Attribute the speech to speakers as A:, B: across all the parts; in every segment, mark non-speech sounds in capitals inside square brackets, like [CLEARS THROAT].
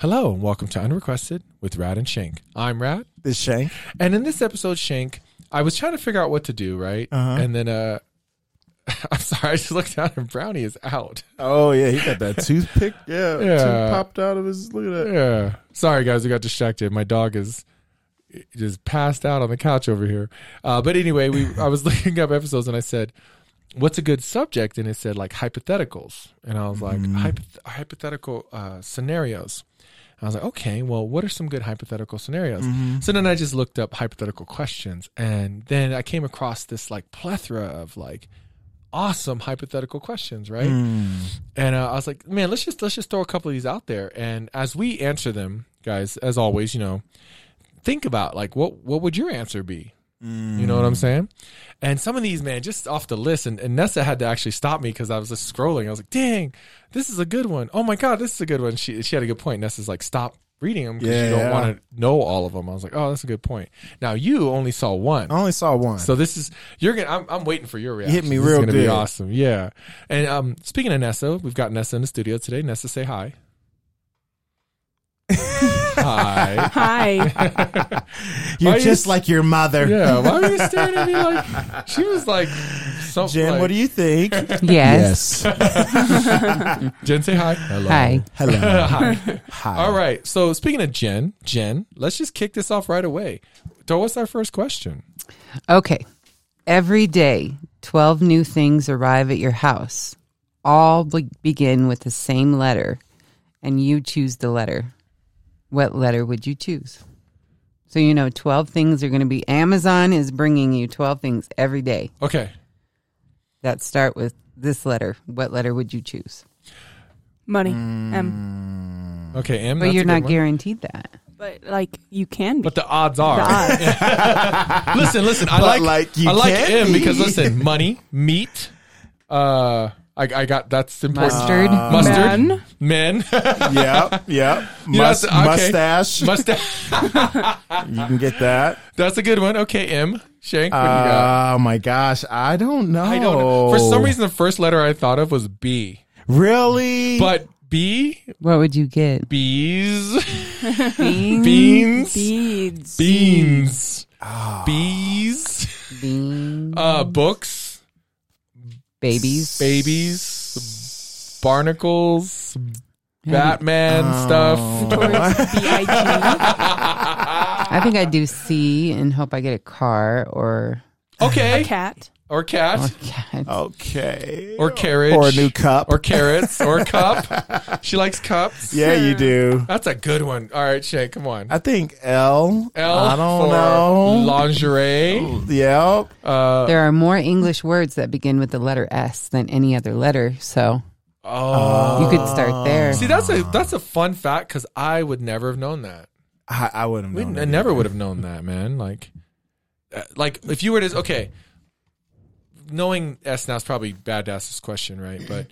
A: Hello and welcome to Unrequested with Rad and Shank. I'm Rad,
B: This Shank.
A: and in this episode, Shank, I was trying to figure out what to do, right?
B: Uh-huh.
A: And then, uh, [LAUGHS] I'm sorry, I just looked down and Brownie is out.
B: Oh yeah, he got that toothpick. Yeah,
A: Yeah.
B: tooth popped out of his. Look at that.
A: Yeah, sorry guys, I got distracted. My dog is just passed out on the couch over here. Uh, but anyway, we I was [LAUGHS] looking up episodes and I said, "What's a good subject?" And it said like hypotheticals, and I was like, "Hypoth- hypothetical uh, scenarios. And I was like, okay, well, what are some good hypothetical scenarios? So then I just looked up hypothetical questions, and then I came across this like plethora of like awesome hypothetical questions, right? And uh, I was like, man, let's just let's just throw a couple of these out there, and as we answer them, guys, as always, you know, think about like what what would your answer be? You know what I'm saying? And some of these, man, just off the list, and, and Nessa had to actually stop me because I was just scrolling. I was like, dang, this is a good one. Oh my God, this is a good one. She she had a good point. Nessa's like, stop reading them because
B: Yeah,
A: you don't
B: yeah.
A: want to know all of them. I was like, oh, that's a good point. Now you only saw one.
B: I only saw one.
A: So this is you're gonna. I'm, I'm waiting for your reaction.
B: hit me
A: This is
B: real
A: gonna Be
B: good.
A: awesome, yeah. And um, speaking of Nessa, we've got Nessa in the studio today. Nessa, say
B: [LAUGHS]
A: hi. hi.
C: Hi.
A: Why
B: You're
A: you
B: just
A: s-
B: like your mother.
A: Yeah. Why are you staring at me like she was like something?
B: [LAUGHS] Jen, what do
A: [LAUGHS]
B: you think?
C: Yes.
A: Jen, say hi. Hello.
C: Hi.
A: [LAUGHS]
B: Hello.
A: hi.
B: Hi.
A: All right. So speaking of Jen, Jen, let's just kick this off right away. Throw us our first question.
C: Okay. Every day, 12 new things arrive at your house. All be- begin with the same letter, and you choose the letter. What letter would you choose? So, you know, 12 things are going to be Amazon is bringing you 12 things every day
A: Okay.
C: that start with this letter. What letter would you choose?
D: money.
A: Mm.
D: Um,
A: Okay. And
C: But you're not guaranteed that.
D: but like you can be.
A: But the odds are.
D: [LAUGHS] The
A: [LAUGHS]
D: odds.
A: listen, listen. I
B: But,
A: like,
B: like, you
A: I like
B: can
A: M because
B: be.
A: listen, money, meat. Uh, I, I got that's important.
C: Uh, Mustard.
A: Mustard, men, [LAUGHS]
B: Yep. Yep.
A: You know,
B: Mus-
A: okay.
B: Mustache.
A: mustache.
B: you can get that.
A: That's a good one. Okay, M. Shank, what do you got?
B: Oh my gosh, I don't know.
A: I don't know. For
B: Oh.
A: some reason, the first letter I thought of was B,
B: really.
A: but B,
C: What would you get?
A: bees, [LAUGHS]
C: Beans.
A: beans,
D: beads.
A: beans,
B: Ah.
A: bees,
C: Beans.
A: uh, books,
C: Babies.
A: babies, barnacles, Batman
B: Oh.
A: stuff. [LAUGHS]
D: B-I-G.
C: I think I do C and hope I get a car or
A: Okay.
D: [LAUGHS] Cat.
A: Or cat.
C: [LAUGHS] or cat.
B: okay.
A: Or carriage.
B: Or a new cup.
A: Or carrots.
B: [LAUGHS]
A: or cup. She likes cups.
B: yeah, you do.
A: That's a good one. All right, Shay, come on.
B: I think L.
A: L
B: I don't
A: for
B: know. Oh.
A: lingerie.
B: yep.
A: Uh,
C: There are more English words that begin with the letter S than any other letter, so
A: oh.
B: Uh,
C: you could start there.
A: See, that's a that's a fun fact because I would never have known that.
B: I, I wouldn't.
A: We, I never would have known that, man. Like, uh, like if you were to okay, knowing S now is probably bad to ask this question, right? But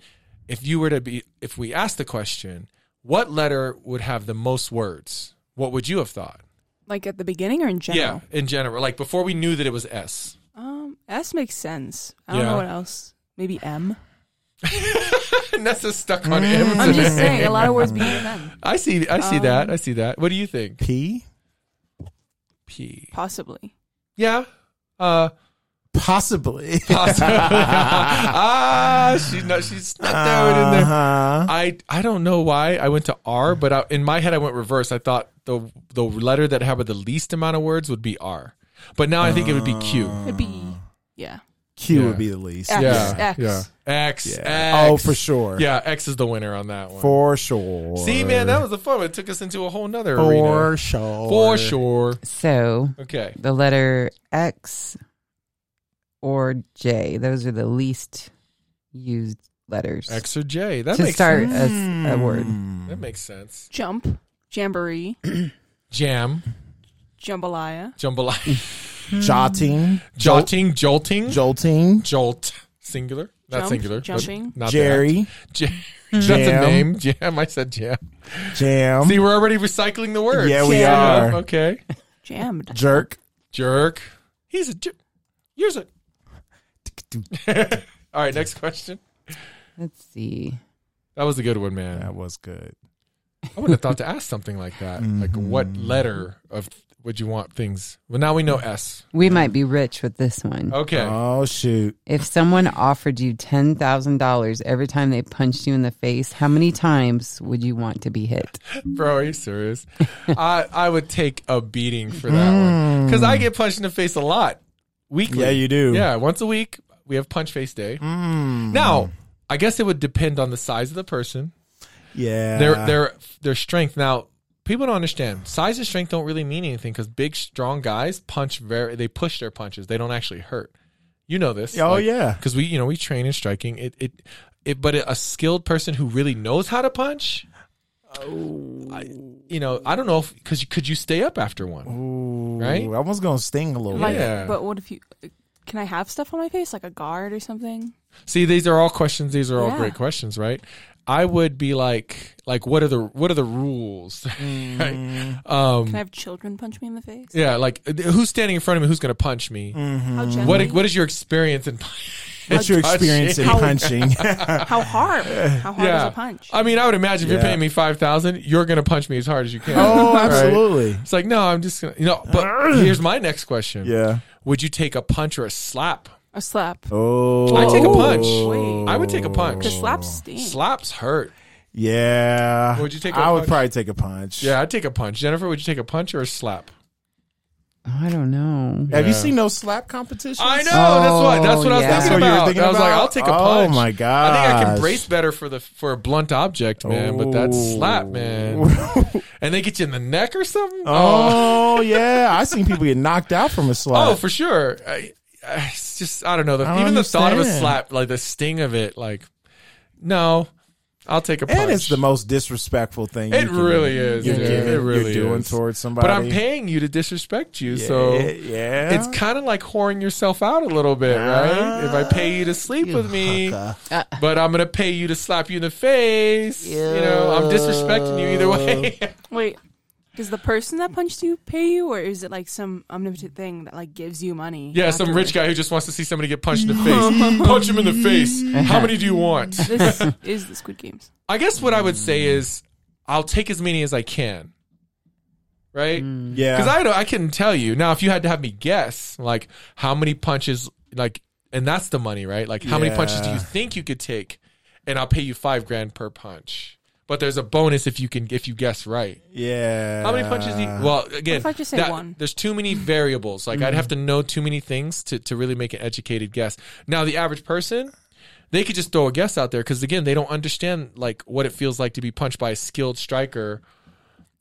A: if you were to be, if we asked the question, what letter would have the most words? What would you have thought?
D: Like at the beginning or in general?
A: Yeah, in general, like before we knew that it was S. [LAUGHS]
D: Um, S makes sense. I don't
A: Yeah.
D: know what else. Maybe M.
A: Nessa's stuck on
B: Mm.
A: M.
D: I'm just
A: today.
D: saying, Um, a lot of words begin with M.
A: I see. I see that. I see that. What do you think?
B: P.
A: P.
D: Possibly.
A: Yeah.
B: [LAUGHS]
A: Uh, [LAUGHS]
B: Possibly.
A: possibly. [LAUGHS] ah, she's not. She's not that one in there.
B: Uh-huh.
A: I I don't know why I went to R, but I, in my head I went reverse. I thought the the letter that had the least amount of words would be R, but now I think it would be Q.
D: It'd be.
A: Uh.
D: Yeah.
B: Q
A: Yeah.
B: would be the least.
D: Uh, X.
A: Yeah,
D: X.
A: yeah. X,
B: Yeah.
A: X.
B: Oh, for sure.
A: Yeah, X is the winner on that one.
B: For sure.
A: See, man, that was a fun. one. It took us into a whole nother arena.
B: for sure.
A: For sure.
C: So
A: Okay.
C: the letter X or J, those are the least used letters
A: X or J. That
C: to
A: makes
C: start
A: sense.
C: as
B: Hmm.
C: a word.
A: That makes sense.
D: Jump. Jamboree.
A: Jam,
D: Jambalaya.
A: [LAUGHS] jambalaya,
B: Jotting.
A: jolting, jolting,
B: Jolting.
A: jolt, singular, not
D: Jump,
A: singular, but
D: jumping.
A: not that.
B: Jerry.
A: Jam. [LAUGHS] That's a
B: Jam.
A: name. Jam. Um, I said jam.
B: Jam.
A: See, we're already recycling the words.
B: Yeah, we
D: Jam.
B: are.
A: [LAUGHS] Okay.
D: Jammed.
B: Jerk.
A: Jerk. He's a jerk. You're [LAUGHS] a. All right. Next question.
C: Let's see.
A: That was a good one, man.
B: That was good.
A: I wouldn't have thought to ask something like that. Like, what letter of would you want things? Well, now we know S.
C: We might be rich with this one.
A: Okay.
B: Oh shoot.
C: If someone offered you $10,000 every time they punched you in the face, how many times would you want to be hit?
A: Bro, are you serious? [LAUGHS] I, I would take a beating for that one. Because I get punched in the face a lot weekly.
B: Mm. Hmm. Yeah, you do. Hmm.
A: Yeah, once a week we have punch face day. Now, I guess it would depend on the size of the person,
B: Yeah.
A: their their their strength. Now, people don't understand size and strength don't really mean anything because big, strong guys punch very. They push their punches. They don't actually hurt. You know this.
B: Oh, yeah.
A: Because we you know we train in striking. It it. It, but a skilled person who really knows how to punch, oh, you know, I don't know if because could you stay up after one?
B: Ooh,
A: right?
B: I was gonna sting a little
D: Like,
B: bit.
A: Yeah.
D: but what if you? Can I have stuff on my face, like a guard or something?
A: See, these are all questions. These are all
D: Yeah.
A: great questions, right? I would be like, like, what are the what are the rules? [LAUGHS]
B: Mm.
A: right? Um,
D: Can I have children punch me in the face?
A: yeah, like uh, who's standing in front of me? Who's going to punch me?
D: How
A: Mm. What
D: gently?
A: What is your experience in? [LAUGHS]
B: Mm-hmm. What's your
A: Touching.
B: experience in
D: How-
B: punching?
A: [LAUGHS]
D: How hard? How hard is
A: Yeah,
D: a punch?
A: I mean, I would imagine if you're
B: Yeah.
A: paying me five thousand, you're going to punch me as hard as you can.
B: oh, [LAUGHS]
A: Right?
B: absolutely.
A: It's like no, I'm just gonna, you know.
B: [SIGHS]
A: But here's my next question:
B: Yeah.
A: Would you take a punch or a slap?
D: a slap.
B: Oh,
A: I take a punch.
D: Wait.
A: I would take a punch.
D: Because slaps sting.
A: Slaps hurt.
B: Yeah.
A: Would you take a
B: I would
A: punch?
B: probably take a punch.
A: Yeah, I'd take a punch. Jennifer, would you take a punch or a slap?
C: Oh, I don't know.
B: Have you
A: Yeah.
B: seen no slap competitions?
A: I know.
C: Oh,
A: that's what. That's what I was thinking
C: yeah.
B: That's what you were
A: about.
B: thinking
A: I was like,
B: about?
A: I'll take a
B: Oh,
A: punch.
B: my
A: I think I can
B: gosh.
A: brace better for the for a blunt object, man. But that
B: Oh.
A: slap, man, and they get you in the neck or something.
B: [LAUGHS] Oh yeah, I seen people get knocked out from a slap.
A: oh, for sure. I, I, it's just I don't know. The,
B: I don't
A: even the thought of a
B: understand.
A: slap, like the sting of it, like no, I'll take a punch.
B: and it's the most disrespectful thing.
A: It
B: you can-
A: really is,
B: You're
A: man.
B: giving,
A: It really
B: you're doing
A: is.
B: towards somebody.
A: but I'm paying you to disrespect you,
B: Yeah,
A: so
B: yeah,
A: it's kind of like whoring yourself out a little bit,
B: Ah,
A: right? If I pay you to sleep with me, but I'm gonna pay you to slap you in the face. You know, I'm disrespecting you either way.
D: Wait, does the person that punched you pay you, or is it like some omnipotent thing that like gives you money?
A: [LAUGHS] yeah, some rich guy who just wants to see somebody get punched in the face.
B: [LAUGHS]
A: Punch him in the face. How many do you want?
D: [LAUGHS] This is the Squid Games.
A: I guess what I would say is, I'll take as many as I can. Right?
B: Mm. yeah.
A: Because I don't, I can tell you now. If you had to have me guess, like how many punches, like, and that's the money, right? Like, how many punches do you
B: Yeah.
A: think you could take? And I'll pay you five grand per punch. But there's a bonus if you can, if you guess right.
B: yeah.
A: How many punches? Do you, well, again,
D: if I just say one?
A: There's too many variables. Like I'd have to know too many things to to really make an educated guess. Now the average person. They could just throw a guess out there because again, they don't understand like what it feels like to be punched by a skilled striker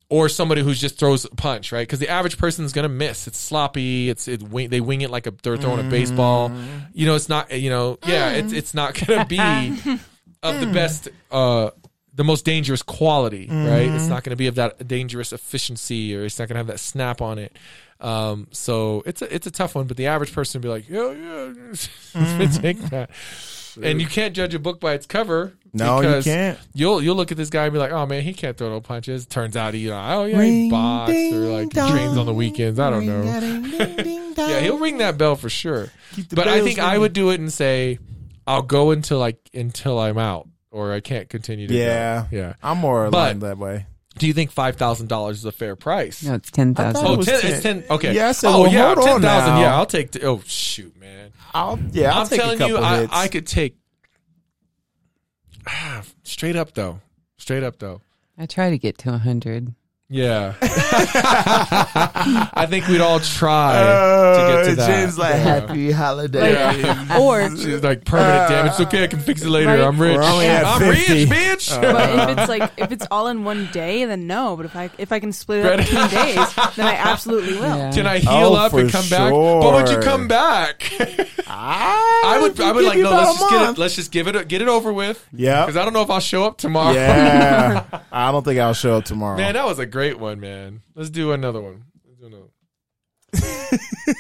A: or somebody who just throws a punch, right? Because the average person's gonna miss. It's sloppy. It's it wing, they wing it like a they're throwing a baseball. You know, it's not. You know, yeah, it's
D: Mm.
A: it's not gonna be
D: [LAUGHS]
A: of
B: Hmm.
A: the best, uh, the most dangerous quality, right?
B: Mm-hmm.
A: It's not gonna be of that dangerous efficiency, or it's not gonna have that snap on it. Um, so it's a it's a tough one. But the average person would be like, yeah, [LAUGHS] yeah,
B: Mm-hmm.
A: take that. And you can't judge a book by its cover.
B: No, you
A: because
B: can't.
A: You'll you'll look at this guy and be like, oh man, he can't throw no punches. Turns out he, you know, oh yeah, he
B: Ring,
A: boxed or
B: ding,
A: like
B: dong.
A: trains on the weekends. I don't know. [LAUGHS] Yeah, he'll ring that bell for sure.
B: Keep the
A: But I
B: bells
A: think I
B: ringing.
A: would do it and say, I'll go until like until I'm out or I can't continue to. go.
B: Yeah,
A: yeah.
B: I'm more
A: But-
B: aligned that way.
A: Do you think five thousand dollars is a fair price?
C: No, it's 10,000.
B: I thought
A: Oh,
B: it was
A: 10,
B: 10.
A: it's ten. Okay.
B: Yeah, I said,
A: oh
B: well,
A: yeah,
B: hold on
A: ten thousand.
B: now.
A: Yeah, I'll take. The, oh shoot, man.
B: I'll yeah. I'll
A: am
B: take
A: telling
B: a couple
A: you, I,
B: hits.
A: I could take. Ah, straight up though. Straight up though.
C: I try to get to 100.
A: Yeah. [LAUGHS] I think we'd all try to get to that.
B: Uh, James like happy holiday. [LAUGHS]
D: Or
A: She's like permanent damage. It's okay, I can fix it later.
D: Right.
A: I'm rich.
B: We're only at Uh,
A: I'm
B: 50.
A: rich, bitch.
D: but if it's like if it's all in one day, then no. But if I if I can split it up
A: Right.
D: between days, then I absolutely will.
C: Yeah.
A: Can I heal
B: Oh,
A: up and
B: for
A: come back? But would you
B: sure.
A: come back?
B: I,
A: I would. I would like. No, let's just get it.
B: Like,
A: Let's just give it. Get it over with.
B: Yeah.
A: Because I don't know if I'll show up tomorrow.
B: yeah, I don't think I'll show up
A: [LAUGHS]
B: tomorrow.
A: Man, that was a great one, man. Let's do another one. Let's do another one.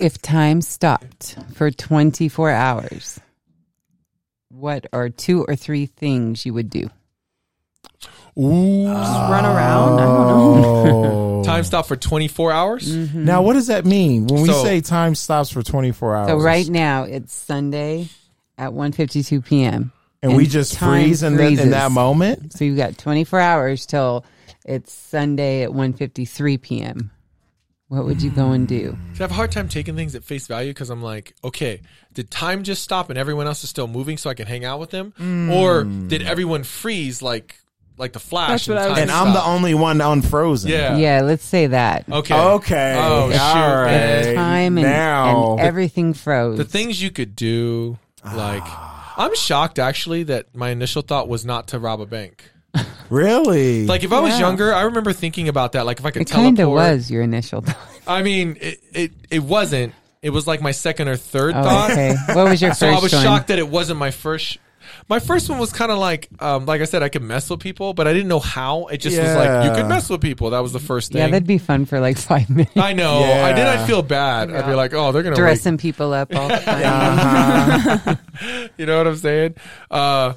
C: If time stopped for 24 hours, what are two or three things you would do?
D: Just run around. I don't know.
C: [LAUGHS]
B: oh.
A: Time stop for 24 hours.
B: Now, what does that mean when we
A: So-
B: say time stops for 24 hours?
C: So right now it's Sunday at 1:52 p.m.
B: and, we
C: And
B: just
C: time
B: freeze in, the, in
C: freezes.
B: that moment.
C: So you've got 24 hours till it's Sunday at 1:53 p.m. What would you go and do?
A: I have a hard time taking things at face value because I'm like, okay, did time just stop and everyone else is still moving so I can hang out with them, or
B: Mm.
A: did everyone freeze like like the Flash?
D: That's what I was-
B: And I'm the only one unfrozen.
A: Yeah.
C: Yeah, let's say that.
A: Uh, Okay.
B: Okay.
A: Oh,
B: All
A: shoot.
B: right.
A: And
C: Time and,
B: now,
C: and everything froze.
A: The things you could do, like,
B: Ah.
A: I'm shocked actually that my initial thought was not to rob a bank.
B: really?
A: Like if I was younger, I remember thinking about that. Like if I could
C: it kind of
A: teleport.
C: was your initial [LAUGHS] thought.
A: I mean, it, it it wasn't. It was like my second or third
C: Oh,
A: thought.
C: okay. What was
A: [LAUGHS]
C: your
A: So
C: first
A: I was
C: one?
A: shocked that it wasn't my first. My first one was kind of like, um, like I said, I could mess with people, but I didn't know how. It just was like you
B: Yeah.
A: could mess with people. That was the first
C: Yeah,
A: thing.
C: that'd be fun for like [LAUGHS] five minutes.
A: I know. I did. I
B: Yeah.
A: feel bad. I'd be like, oh, they're gonna wake
C: Dressing people up all the time.
A: You know what I'm saying? Uh,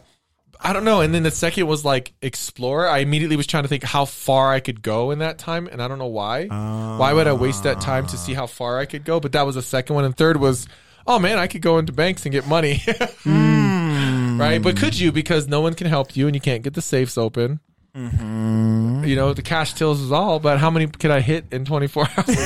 A: I don't know. And then the second was like explore. I immediately was trying to think how far I could go in that time, and I don't know why. why would I waste that time to see how far I could go? But that was the second one. And third was, oh man, I could go into banks and get money, [LAUGHS] right? But could you? Because no one can help you, and you can't get the safes open. You know, the cash tills is all, but how many could I hit in 24 [LAUGHS] hours?
C: The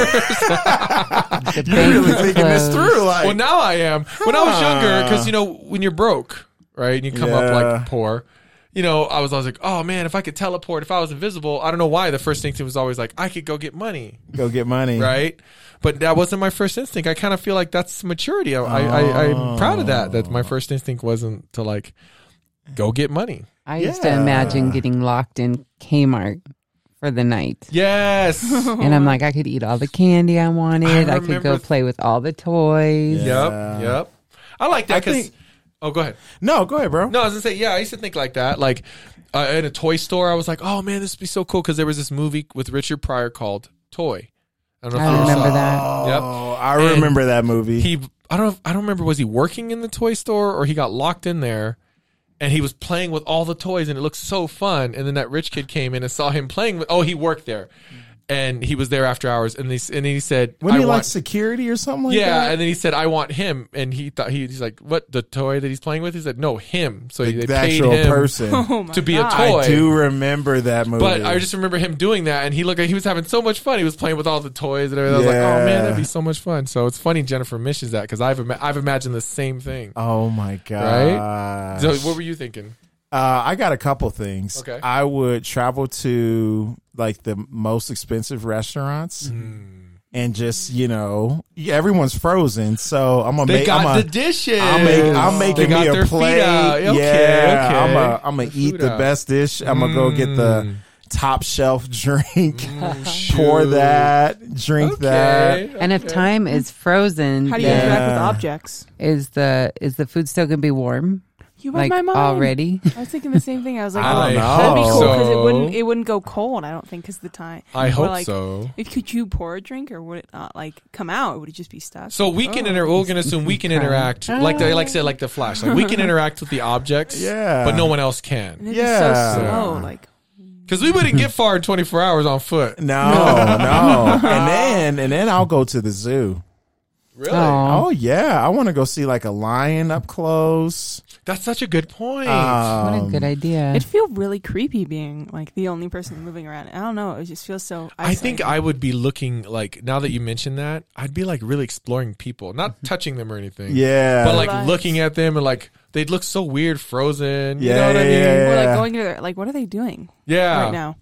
B: You're
C: bank
B: really
C: was
B: thinking this
C: closed.
B: through. Like,
A: Well, now I am. When I was younger, because you know, when you're broke, right, and you come up
B: Ah. Yeah.
A: like poor, you know, I was always like, oh man, if I could teleport, if I was invisible, I don't know why the first instinct was always like, I could go get money,
B: go get money.
A: right? But that wasn't my first instinct. I kind of feel like that's maturity. I, I, I, I'm proud of that.
B: Ah.
A: That my first instinct wasn't to like go get money.
C: I used to imagine getting locked in Kmart for the night.
B: [LAUGHS]
A: Yes. yep.
C: And I'm like, I could eat all the candy I wanted. I, could
A: remember
C: go
A: th-
C: play with all the toys.
B: Yeah.
A: Yep. I like
B: I
A: that because.
B: think-
A: Oh, go ahead.
B: No, go ahead, bro.
A: No, I was gonna say, yeah, I used to think like that. Like uh, in a toy store, I was like, oh man, this would be so cool because there was this movie with Richard Pryor called Toy. I don't know if
C: I
A: you
C: remember
A: saw
C: that.
A: Yep.
B: Oh, I remember that movie.
A: He, I don't, know if- I don't remember. Was he working in the toy store or he got locked in there? And he was playing with all the toys, and it looked so fun. And then that rich kid came in and saw him playing with. Oh, he worked there, and he was there after hours. And he s- and he said,
B: Wasn't
A: I
B: he like
A: want-
B: security or something like
A: yeah,
B: that?
A: and then he said, "I want him," and he thought he, he's like, "What the toy that he's playing with?" He said, "No, him." So they
B: the
A: paid
B: actual
A: him [LAUGHS]
B: person.
D: Oh my
A: to be
D: God.
A: a toy.
B: I do remember that movie.
A: But I just remember him doing that, and he looked like he was having so much fun. He was playing with all the toys and everything. I was like, "Oh
B: Yeah.
A: man, that'd be so much fun!" So it's funny Jennifer misses that because I've ima- I've imagined the same thing.
B: Oh my god!
A: So what were you thinking?
B: Uh, I got a couple things.
A: Okay.
B: I would travel to like the most expensive restaurants
A: Mm-hmm.
B: and just you know everyone's frozen, so I'm gonna
A: They
B: make.
A: got
B: I'm a,
A: the dishes.
B: I'm, make, I'm making me a plate.
A: Okay,
B: yeah,
A: okay.
B: I'm a, I'm gonna
A: Their
B: eat
A: food Mm.
B: the
A: out.
B: best dish. I'm gonna go get the top shelf [LAUGHS] drink, pour
A: shoot.
B: that, drink that.
A: Mm. [LAUGHS] Okay.
C: And if time is frozen,
D: How do you
C: then
D: interact with objects?
C: is the is the food still gonna be warm?
D: You
C: Like
D: read my mind
C: already?
D: I was thinking the same thing. I was like,
B: I don't
D: oh,
B: know.
D: that'd be cool because
A: So-
D: it wouldn't it wouldn't go cold. I don't think because the time.
A: I
D: or,
A: hope
D: like,
A: so.
D: It, could you pour a drink or would it not like come out? Would it just be stuck?
A: So we
B: Oh,
A: can inter. We're gonna assume we can interact, like the, like I said, like the flash. Like
B: [LAUGHS]
A: we can interact with the objects,
B: Yeah.
A: but no one else can
D: and it'd
B: Yeah.
D: be so slow. Like
A: because we wouldn't get far in 24 hours on foot.
B: No,
D: [LAUGHS]
B: no, and then and then I'll go to the zoo.
A: Really,
D: Um,
B: Oh yeah, I want to go see like a lion up close. Um,
A: that's such a good point.
B: Uh,
C: what a good idea.
D: it'd feel really creepy being like the only person moving around. I don't know. It just feels so.
A: I think
D: isolating.
A: I would be looking like now that you mentioned that, I'd be like really exploring people, not touching them or anything.
B: Mm-hmm. Yeah,
A: But like
D: Right.
A: looking at them and like they'd look so weird, frozen. You
B: Yeah,
A: know what I mean?
B: yeah,
D: Or
B: Yeah.
D: like going to their like, what are they doing
A: Yeah.
D: right now?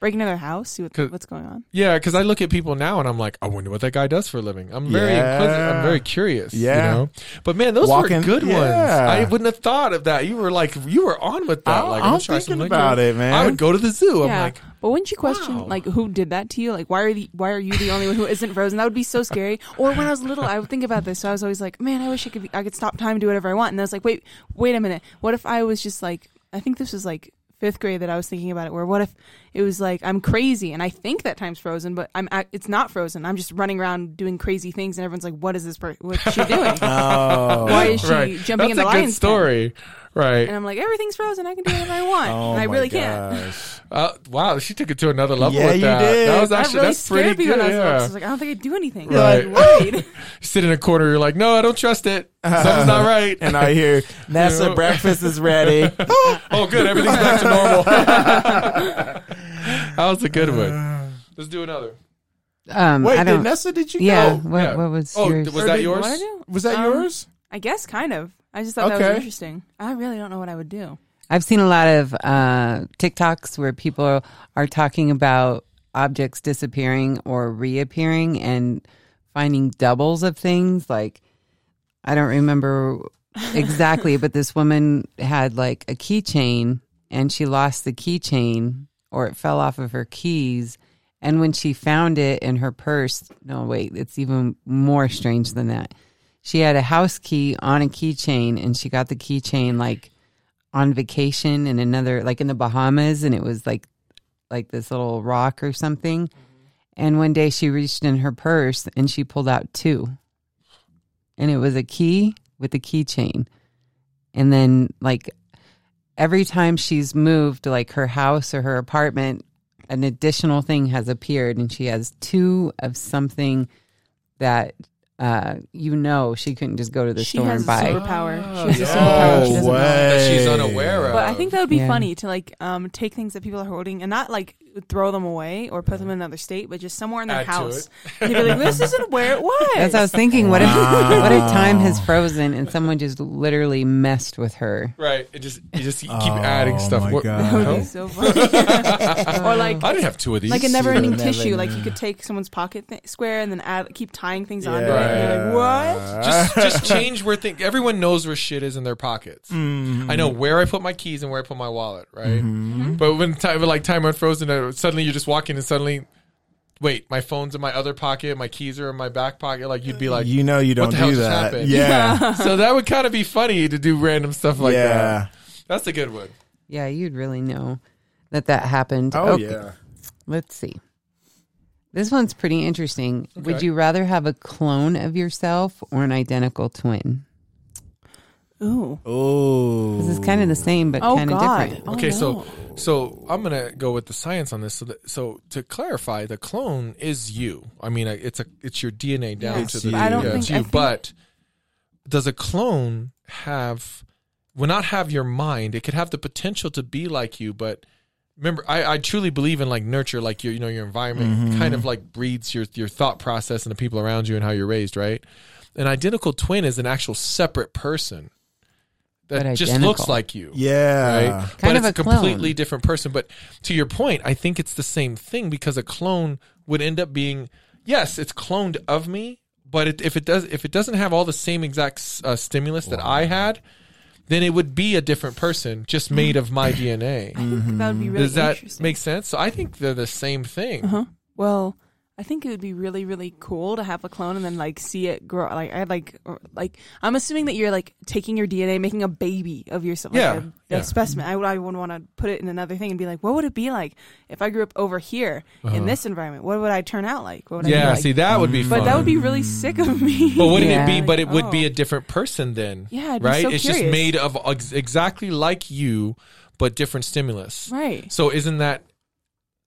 D: Breaking into their house, see what,
A: 'Cause-
D: what's going on.
A: Yeah, because I look at people now and I'm like, I wonder what that guy does for a living. I'm very
B: Yeah.
A: inquisitive. I'm very curious.
B: Yeah.
A: You know? But man, those
B: Walking-
A: were good
B: yeah.
A: ones. I wouldn't have thought of that. You were like, you were on with that.
B: I-
A: like,
B: I'm
A: gonna try some
B: thinking
A: liquor.
B: about it, man.
A: I would go to the zoo. I'm
D: yeah,
A: like,
D: but wouldn't you question
A: wow.
D: like who did that to you? Like, why are the why are you the only one who isn't frozen? That would be so scary. Or when I was little, I would think about this. So I was always like, man, I wish I could be, I could stop time and do whatever I want. And I was like, wait, wait a minute. What if I was just like, I think this was like fifth grade that I was thinking about it. Where what if it was like I'm crazy and I think that time's frozen, but I'm ac- it's not frozen. I'm just running around doing crazy things,
A: [LAUGHS]
D: and everyone's like, what is this? Per- what's she doing?
B: Oh,
D: why is she
A: right.
D: jumping
A: That's
D: in the
A: a
D: lion's
A: good story. Oh Right.
D: And I'm like, everything's frozen. I can do whatever I want. and
B: Oh,
D: I really can't.
A: Uh, wow, she took it to another level
B: Yeah,
A: with
B: you
A: that.
B: did.
A: That was
D: That
A: actually
D: really
A: that's
D: scared
A: pretty
D: me
A: good.
D: when I was little. 'cause I
A: Yeah.
D: was like, I don't think I'd do anything.
A: Right.
D: Like,
A: [LAUGHS]
D: worried.
A: You sit in a corner, you're like, no, I don't trust it. Something's not right.
B: And I hear NASA
D: [LAUGHS]
A: Yeah.
B: breakfast is ready.
A: [LAUGHS] oh, good, everything's back to
B: [LAUGHS]
A: normal. [LAUGHS] that was a good
B: Uh.
A: one. Let's do another.
C: Um,
B: Wait,
C: I
B: did
C: don't.
B: NASA? Did you?
C: yeah,
A: Oh,
C: what,
A: yeah.
C: what was
A: Oh,
C: yours?
A: was
B: Or
A: that
B: did-
A: yours?
D: What I do?
B: Go? Was that
D: Um,
B: yours?
D: I guess kind of. I just thought that
B: Okay.
D: was interesting. I really don't know what I would do.
C: I've seen a lot of uh, TikToks where people are talking about objects disappearing or reappearing and finding doubles of things. Like, I don't remember exactly, but this woman had like a keychain and she lost the keychain or it fell off of her keys. And when she found it in her purse, no, wait, it's even more strange than that. She had a house key on a keychain and she got the keychain like on vacation in another like in the Bahamas and it was like like this little rock or something. And one day she reached in her purse and she pulled out two. And it was a key with a keychain. And then like every time she's moved like her house or her apartment, an additional thing has appeared and she has two of something that uh, you know she couldn't just go to the
D: She
C: store
D: has
C: and
D: a
C: buy.
D: superpower.
A: Oh,
D: She has a superpower. She
A: no
D: doesn't know.
B: way.
A: That she's unaware of.
D: But I think that would be
C: Yeah.
D: funny to like um, take things that people are holding and not like throw them away or put them in another state, but just somewhere in their
A: Add to
D: house.
A: it.
D: And [LAUGHS] they'd be like,
A: [LAUGHS]
D: "This isn't where it was."
C: That's what I was thinking. What if [LAUGHS] what if time has
B: Wow.
C: frozen and someone just literally messed with her?
A: Right. It just you just keep
B: Oh,
A: adding stuff.
B: my
A: What-
B: God.
D: That
A: [LAUGHS]
D: would
A: no?
D: be so funny. or like
A: I didn't have two of these.
D: like a never-ending
B: Never-
D: tissue. Like you could take someone's pocket th- square and then add, keep tying things onto it.
A: Yeah.
D: And you're like,
B: [LAUGHS]
D: what?
A: just just change where things. Everyone knows where shit is in their pockets.
B: Mm-hmm.
A: I know where I put my keys and where I put my wallet, right?
D: Mm-hmm.
A: But when time like time unfrozen, uh, suddenly you're just walking and suddenly, wait, my phone's in my other pocket, my keys are in my back pocket. Like you'd be like,
B: Uh, you know you don't
A: the hell
B: do
A: just
B: that.
A: happened?
D: [LAUGHS]
B: Yeah,
A: so that would kind of be funny to do random stuff like
B: yeah.
A: that. That's a good one.
C: Yeah, you'd really know that that happened.
B: Oh
C: Okay,
B: yeah.
C: Let's see. This one's pretty interesting. Would
A: Okay.
C: you rather have a clone of yourself or an identical twin?
D: Ooh.
B: Oh,
C: This is kind of the same, but
D: Oh
C: kind of
D: God.
C: different.
D: Oh,
A: Okay, so
D: no.
A: so I'm gonna go with the science on this. So that, so to clarify, the clone is you. I mean, uh, it's a it's your DNA down
D: Yes,
A: to
B: but
A: the
B: I don't
A: yeah,
B: think-
A: it's
D: I
A: you.
D: think-
A: but does a clone have will not have your mind? It could have the potential to be like you, but remember, I, I truly believe in like nurture, like your you know your environment kind of like breeds your your thought process and the people around you and how you're raised, right? An identical twin is an actual separate person that
C: But
A: just
C: identical.
A: looks like you right?
B: yeah.
A: but
C: Kind of
A: it's
C: a clone.
A: completely different person. But to your point, I think it's the same thing because a clone would end up being yes, it's cloned of me, but it, if it does if it doesn't have all the same exact uh, stimulus that I had, then it would be a different person just made of my DNA.
D: I think that would be really
A: Mm-hmm. Does that
D: interesting. Uh-huh.
A: make sense? So I think they're the same thing.
D: Well, I think it would be really, really cool to have a clone and then like see it grow. Like I like, or, like I'm assuming that you're like taking your DNA, making a baby of yourself, like,
A: Yeah,
D: a,
A: yeah.
D: a specimen. I would, I would want to put it in another thing and be like, what would it be like if I grew up over here in this environment? What would I turn out like? What would I be
A: Uh-huh. Yeah,
D: like?
A: see, that would be
D: but
A: fun.
D: that would be really sick of me.
A: But wouldn't it
C: Yeah.
A: be? But it would be
D: Oh.
A: a different person then.
D: Yeah, I'd be
A: right.
D: so
A: it's just
D: curious.
A: made of ex- exactly like you, but different stimulus.
D: right?
A: So isn't that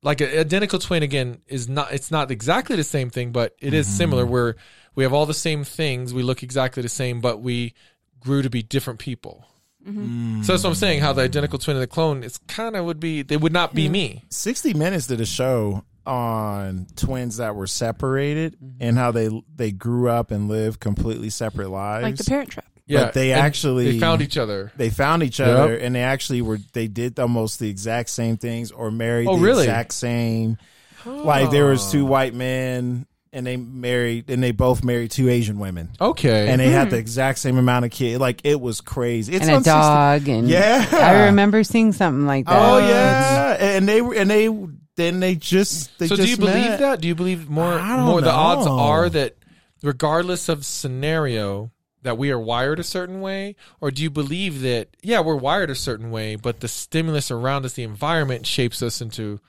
A: like an identical twin again is not it's not exactly the same thing, but it is
B: Mm-hmm.
A: similar where we have all the same things, we look exactly the same, but we grew to be different people.
B: Mm-hmm.
A: So that's what I'm saying. How the identical twin and the clone, it's kind of would be they would not be me.
B: 60 Minutes did a show on twins that were separated
C: Mm-hmm.
B: and how they they grew up and lived completely separate lives.
D: Like the Parent Trap.
A: Yeah,
B: But they
A: and
B: actually-
A: they found each other.
B: they found each other and they actually were they did almost the exact same things or married
A: Oh,
B: the
A: really?
B: exact same. Like there was two white men and they married and they both married two Asian women.
A: Okay,
B: And they had the exact same amount of kids. Like it was crazy. It's
C: Hmm. and a
B: on 60
C: dog and
B: Yeah.
C: I remember seeing something like that.
B: Oh yeah, and they were and they then they just they
A: so do
B: just
A: you believe
B: met.
A: that? Do you believe more?
B: I don't
A: More the odds
B: know.
A: are that regardless of scenario that we are wired a certain way, or do you believe that yeah we're wired a certain way, but the stimulus around us, the environment shapes us into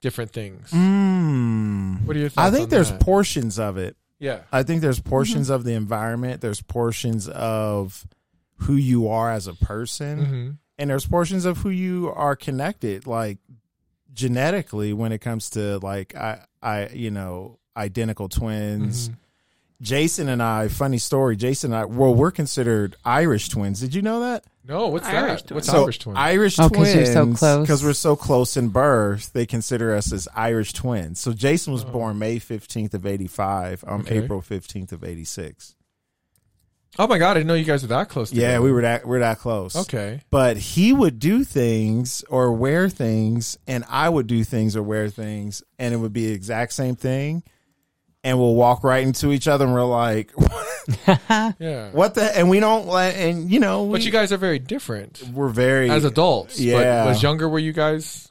A: different things?
B: Mm.
A: What are your thoughts?
B: I think
A: on
B: there's
A: that?
B: portions of it.
A: yeah
B: I think there's portions of the environment. There's portions of who you are as a person
A: Mhm.
B: and there's portions of who you are connected like genetically when it comes to like i i you know identical twins
A: Mm-hmm.
B: jason and i funny story jason and i well we're considered irish twins did you know that
A: No, what's
D: Irish
A: that?
D: twin.
A: What's
B: so
A: Irish twin?
B: Irish
C: Oh, 'cause
B: twins,
C: you're so close.
B: because we're so close in birth, they consider us as Irish twins. So Jason was born May fifteenth of eighty five.
A: Oh.
B: I'm
A: Okay.
B: April fifteenth of eighty six.
A: oh my god, I didn't know you guys were that close.
B: Yeah,
A: together.
B: we were that we're that close.
A: [LAUGHS] Okay.
B: but he would do things or wear things and i would do things or wear things and it would be the exact same thing and we'll walk right into each other and we're like [LAUGHS]
A: Yeah.
B: what the and we don't let and you know we,
A: But you guys are very different
B: we're very
A: as adults.
B: Yeah.
A: But was younger were you guys?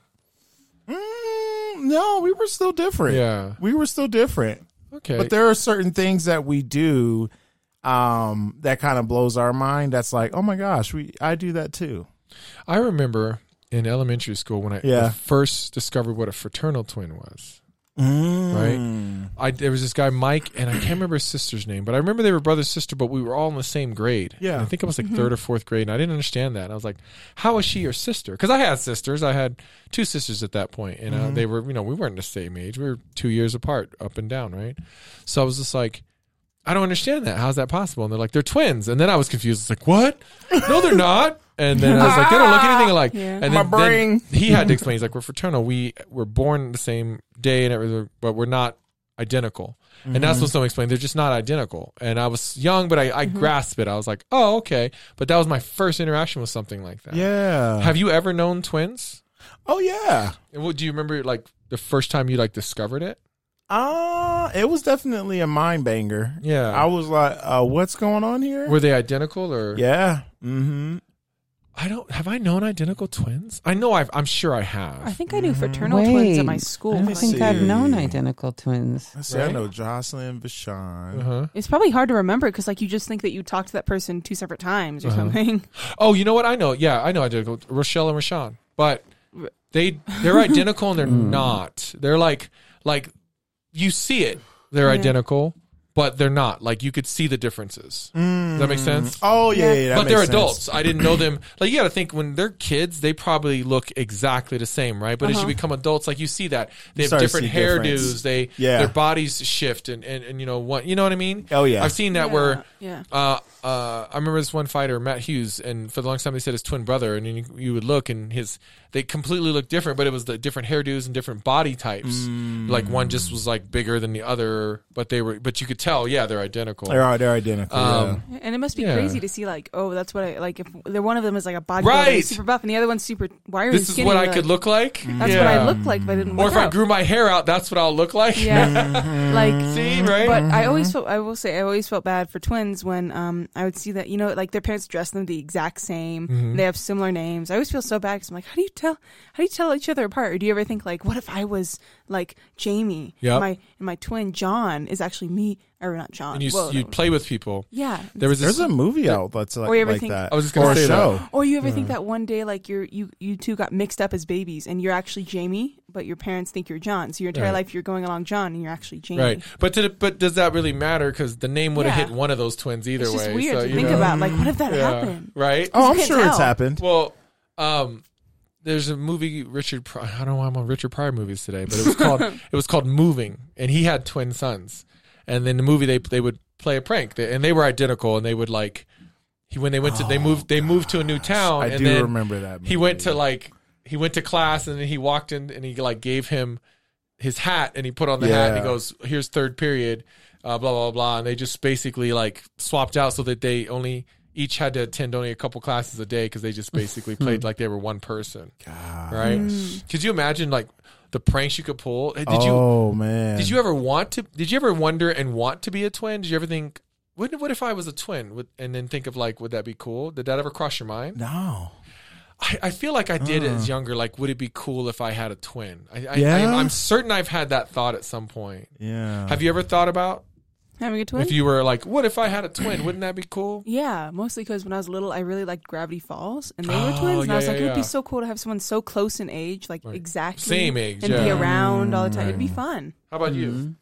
B: Mm, no we were still different
A: Yeah.
B: we were still different
A: Okay.
B: but there are certain things that we do um that kind of blows our mind that's like oh my gosh we i do that too
A: I remember in elementary school when I
B: Yeah.
A: first discovered what a fraternal twin was.
B: Mm.
A: I there was this guy Mike, and I can't remember his sister's name, but I remember they were brother sister, but we were all in the same grade.
B: Yeah.
A: And I think I was like third or fourth grade, and I didn't understand that. I was like, "How is she your sister?" Because I had sisters. I had two sisters at that point, and
B: Mm-hmm.
A: uh, they were you know we weren't the same age. We were two years apart, up and down, right? So I was just like. I don't understand that. How's that possible? And they're like, they're twins. And then I was confused. It's like, what? No, they're not. And then I was like, they don't look anything alike.
D: Yeah.
A: And
B: My
A: then, then
B: brain.
A: he had to explain. He's like, we're fraternal. We were born the same day and everything, but we're not identical. And that's what someone explained. They're just not identical. And I was young, but I, I grasped it. I was like, oh, okay. But that was my first interaction with something like that.
B: yeah
A: Have you ever known twins?
B: oh yeah
A: And what do you remember? Like the first time you like discovered it?
B: Uh, it was definitely a mind banger.
A: Yeah.
B: I was like, uh, what's going on here?
A: Were they identical or?
B: yeah. Mm-hmm.
A: I don't. Have I known identical twins? I know. I've, I'm sure I have.
D: I think I knew fraternal
C: Wait,
D: twins at my school.
C: I don't
D: but,
B: Let me
C: think
D: like,
C: I've
B: see.
C: known identical twins.
B: I said, I
A: Right?
B: know Jocelyn Vashon.
A: Uh-huh.
D: It's probably hard to remember because like you just think that you talked to that person two separate times or
A: Uh-huh.
D: something. [LAUGHS]
A: Oh, you know what? I know. Yeah, I know identical. Rochelle and Rashawn, but they
D: [LAUGHS]
A: they're identical and they're not. They're like like you see it. They're
D: Yeah.
A: identical, but they're not. Like you could see the differences. Does that make sense?
B: Oh, yeah, yeah. that
A: but
B: makes
A: they're
B: sense.
A: adults. I didn't know them. [CLEARS THROAT] Like you got to think when they're kids, they probably look exactly the same, right? But as you
D: Uh-huh.
A: become adults, like you see that they
B: You
A: have
B: start to
A: different
B: see difference.
A: hairdos. They
B: Yeah.
A: their bodies shift and and, and you know what you know what I mean?
B: Oh, yeah.
A: I've seen that
D: Yeah,
A: where
D: yeah.
A: uh, uh, I remember this one fighter, Matt Hughes, and for the longest time they said his twin brother, and then you, you would look and his they completely looked different, but it was the different hairdos and different body types.
B: Mm.
A: Like one just was like bigger than the other, but they were, but you could tell, yeah, they're identical.
B: They're, they're identical.
A: Um,
D: And it must be
A: Yeah.
D: crazy to see like, oh, that's what I like. If the one of them is like a bodybuilder,
A: Right.
D: super buff, and the other one's super wiry.
A: this
D: and
A: is
D: skinny,
A: what
D: you're
A: I
D: like,
A: could look like.
B: Mm.
D: That's what I looked like, but I didn't.
A: Or
D: work
A: if I
D: out.
A: grew my hair out, that's what I'll look like.
D: yeah, [LAUGHS] like
A: [LAUGHS] See, right?
D: But I always felt, I will say, I always felt bad for twins when um I would see that, you know, like their parents dress them the exact same.
A: Mm-hmm.
D: They have similar names. I always feel so bad because I'm like, how do you tell, how do you tell each other apart? Or do you ever think like, what if I was like Jamie?
A: Yep.
D: My and my twin John is actually me, or not
A: [LAUGHS]
D: John?
A: and you
D: Whoa,
A: you
D: no.
A: play with people.
D: yeah.
A: There was this,
B: There's a movie out that's like,
D: Or you ever
B: like
D: think-
B: that.
A: I was just gonna
B: or
A: say
B: a
A: that.
B: show.
D: or you ever think that one day like you're you you two got mixed up as babies and you're actually Jamie, but your parents think you're John. So your entire
A: Right.
D: life you're going along John and you're actually Jamie.
A: right? But did it, but does that really matter? Because the name would have
D: Mm. Yeah.
A: hit one of those twins either
D: It's just
A: way.
D: weird
A: so,
D: to
A: you
D: think
A: know, Mm.
D: about. Like, what if that
A: yeah,
D: happened?
A: right?
B: Oh, I'm
D: Can't
B: sure it's
D: tell.
B: happened.
A: Well, um, there's a movie Richard. Pry- I don't know why I'm on Richard Pryor movies today, but it was
D: [LAUGHS]
A: called it was called Moving, and he had twin sons. And in the movie, they they would play a prank, they, and they were identical, and they would like he when they went to they
D: Oh,
A: moved they moved to a new town.
B: I
A: and
B: do
A: then
B: remember that
A: He went
B: movie.
A: to like he went to class, and then he walked in, and he like gave him his hat, and he put on the hat, and he
B: Yeah.
A: goes, "Here's third period." Uh, blah blah blah, and they just basically like swapped out so that they only each had to attend only a couple classes a day because they just
B: [LAUGHS]
A: basically
B: Hmm.
A: played like they were one person, right?
C: Hmm.
D: Mm.
A: Could you imagine like the pranks you could pull? Did you
B: oh, man.
A: did you ever want to? Did you ever wonder and want to be a twin? Did you ever think, what, what if I was a twin? Would, and then think of like, would that be cool? Did that ever cross your mind?
B: No.
A: I, I feel like I did as younger. Like, would it be cool if I had a twin? I, I,
B: Yeah? Uh,
A: I, I'm certain I've had that thought at some point.
B: Yeah.
A: Have you ever thought about
D: Having a twin?
A: if you were like, what if I had a twin? Wouldn't that be cool?
D: Yeah, mostly because when I was little, I really liked Gravity Falls, and they were
A: Oh,
D: twins, and
A: yeah,
D: I was
A: yeah,
D: like, it'd be
A: yeah.
D: so cool to have someone so close in age, like exactly
A: Same age,
D: and be
A: yeah. Mm.
D: around all the time. It'd be fun.
A: How about you?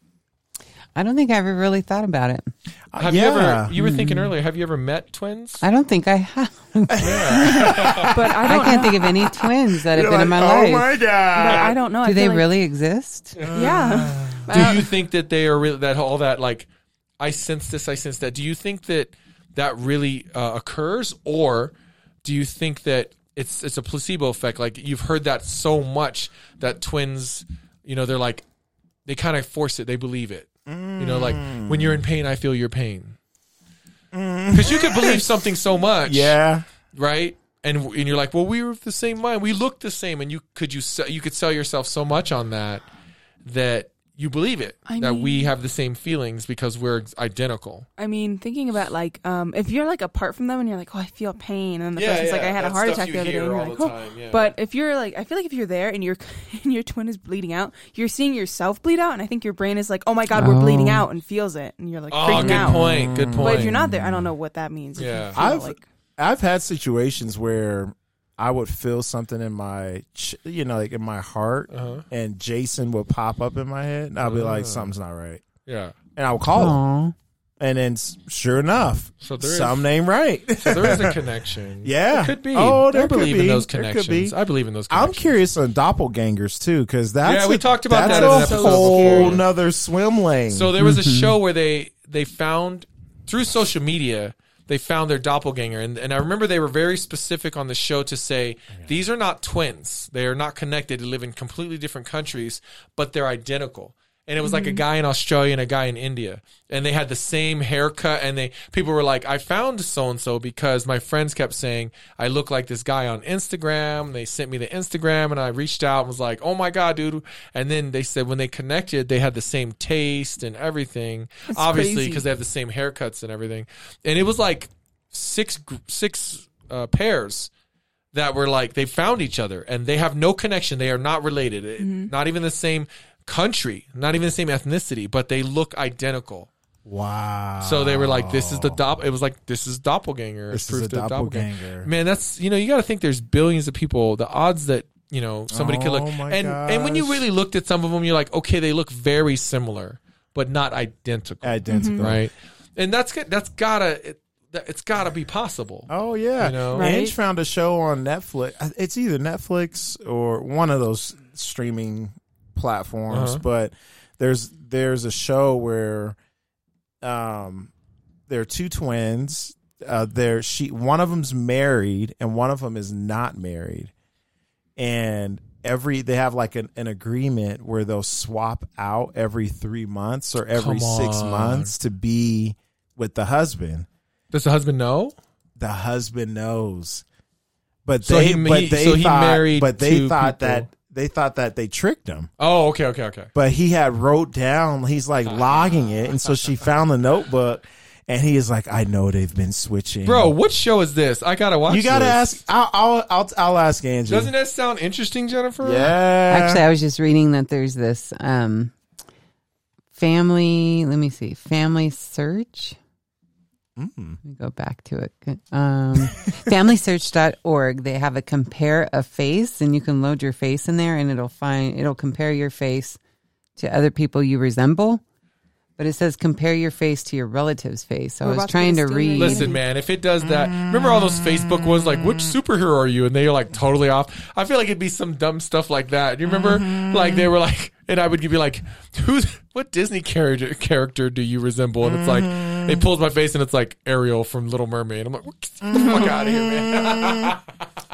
C: I don't think I ever really thought about it.
A: Have you ever? You were thinking earlier. Have you ever met twins?
C: I don't think I [LAUGHS] have.
D: But I
C: I [LAUGHS]
D: don't.
C: can't think of any twins that have been in my
B: Oh
C: life.
B: my
D: but
B: god!
D: I don't know. I
C: Do they
D: feel like-
C: really exist?
D: [LAUGHS]
A: [SIGHS]
D: Yeah.
A: Do you think that they are really that all that like? I sense this. I sense that. Do you think that that really uh, occurs, or do you think that it's it's a placebo effect? Like you've heard that so much that twins, you know, they're like they kind of force it. They believe it. You know, like when you're in pain, I feel your pain. Because you could believe something so much,
B: Yeah,
A: right? And and you're like, well, we were of the same mind. We looked the same, and you could you sell, you could sell yourself so much on that that you believe it
D: I
A: that
D: mean-
A: we have the same feelings because we're identical.
D: I mean, thinking about like, um, if you're like apart from them and you're like, oh, I feel pain, and the person's like, I had a heart attack the other day, and you're like, oh. But if you're like, I feel like if you're [LAUGHS] there and your and your twin is bleeding out, you're seeing yourself bleed out, and I think your brain is like, oh my god, we're bleeding
C: Oh.
D: out, and feels it, and you're like
A: oh,
D: freaking
A: good
D: out.
A: point. Good point.
D: But if you're not there, I don't know what that means. if you
A: Yeah.
D: feel
B: I've-
D: like-
C: [LAUGHS]
D: [LAUGHS]
B: I've had situations where I would feel something in my, ch- you know, like in my heart,
A: Uh-huh.
B: and Jason would pop up in my head, and I'd be like,
A: Ah.
B: something's not right,
A: yeah.
B: and I would call him,
C: Aw.
B: and then s- sure enough,
A: So there is-
B: some name right. [LAUGHS]
A: So there is a [LAUGHS] connection.
B: Yeah.
A: It could be.
B: Oh, there
A: I believe
B: could
A: in
B: be.
A: those
B: There could
A: connections.
B: be.
A: I believe in those.
B: I'm
A: connections.
B: curious on doppelgangers too, because that's
A: Yeah, we
B: a-
A: talked about
B: that's
A: that in an
B: a
A: episode
B: whole
A: before.
B: nother swim lane.
A: So there was a show where they they found through social media they found their doppelganger and, and I remember they were very specific on the show to say these are not twins. They are not connected. They live in completely different countries, but they're identical. And it was like a guy in Australia and a guy in India. And they had the same haircut and they people were like, I found so and so because my friends kept saying I look like this guy on Instagram. They sent me the Instagram and I reached out and was like, Oh my god, dude. And then they said when they connected, they had the same taste and everything. obviously,
D: crazy.
A: because they have the same haircuts and everything. And it was like six gr- six uh, pairs that were like they found each other and they have no connection. They are not related. It-
B: Mm-hmm.
A: Not even the same country. Not even the same ethnicity. But they look identical.
B: wow.
A: So they were like, "This is the dop." It was like, "This is doppelganger."
B: Oh. This
A: It's
B: is
A: proof
B: a
A: to
B: doppelganger.
A: Man, that's you know you got to think there's billions of people. The odds that you know somebody could look
B: Oh, my
A: and and when you
B: gosh.
A: really looked at some of them, you're like, okay, they look very similar, but not identical,
B: identical,
A: right? And that's good. That's gotta it, that, it's gotta be possible.
B: Oh yeah,
A: You know?
D: Right.
B: Ange found a show on Netflix. It's either Netflix or one of those streaming platforms,
A: Uh-huh.
B: but there's there's a show where um there are two twins. Uh, there she one of them's married and one of them is not married, and every they have like an, an agreement where they'll swap out every three months or every
A: Come
B: six
A: on.
B: months to be with the husband
A: Does the husband know?
B: the husband knows. But
A: So
B: they,
A: he- he-
B: but they
A: so he
B: thought,
A: married
B: but they
A: two
B: thought that
A: people.
B: they thought that they tricked him.
A: Oh, okay, okay, okay.
B: But he had wrote down, he's like logging it, and so
A: [LAUGHS]
B: she found the notebook, and he is like, I know they've been switching,
A: Bro, what show is this? I gotta watch.
B: You gotta
A: this.
B: ask. I'll, I'll I'll I'll ask Angie.
A: Doesn't that sound interesting, Jennifer?
B: yeah,
C: Actually, I was just reading that there's this um, family. Let me see, family search. Let me go back to it. Good. Um, familysearch.org. They have a compare a face, and you can load your face in there, and it'll find it'll compare your face to other people you resemble. But it says compare your face to your relative's face. So
D: We're
C: I was
D: about to
C: trying to
D: get
C: read.
D: stimulated.
A: Listen, man, if it does that, remember all those Facebook ones like, which superhero are you? And they are like totally off. I feel like it'd be some dumb stuff like that. You remember?
B: Mm-hmm.
A: Like, they were like, and I would be like, who's, what Disney character, character do you resemble? And it's like,
B: Mm-hmm.
A: it pulls my face and it's like Ariel from Little Mermaid. I'm like, what get the fuck
B: Mm-hmm.
A: out of here, man.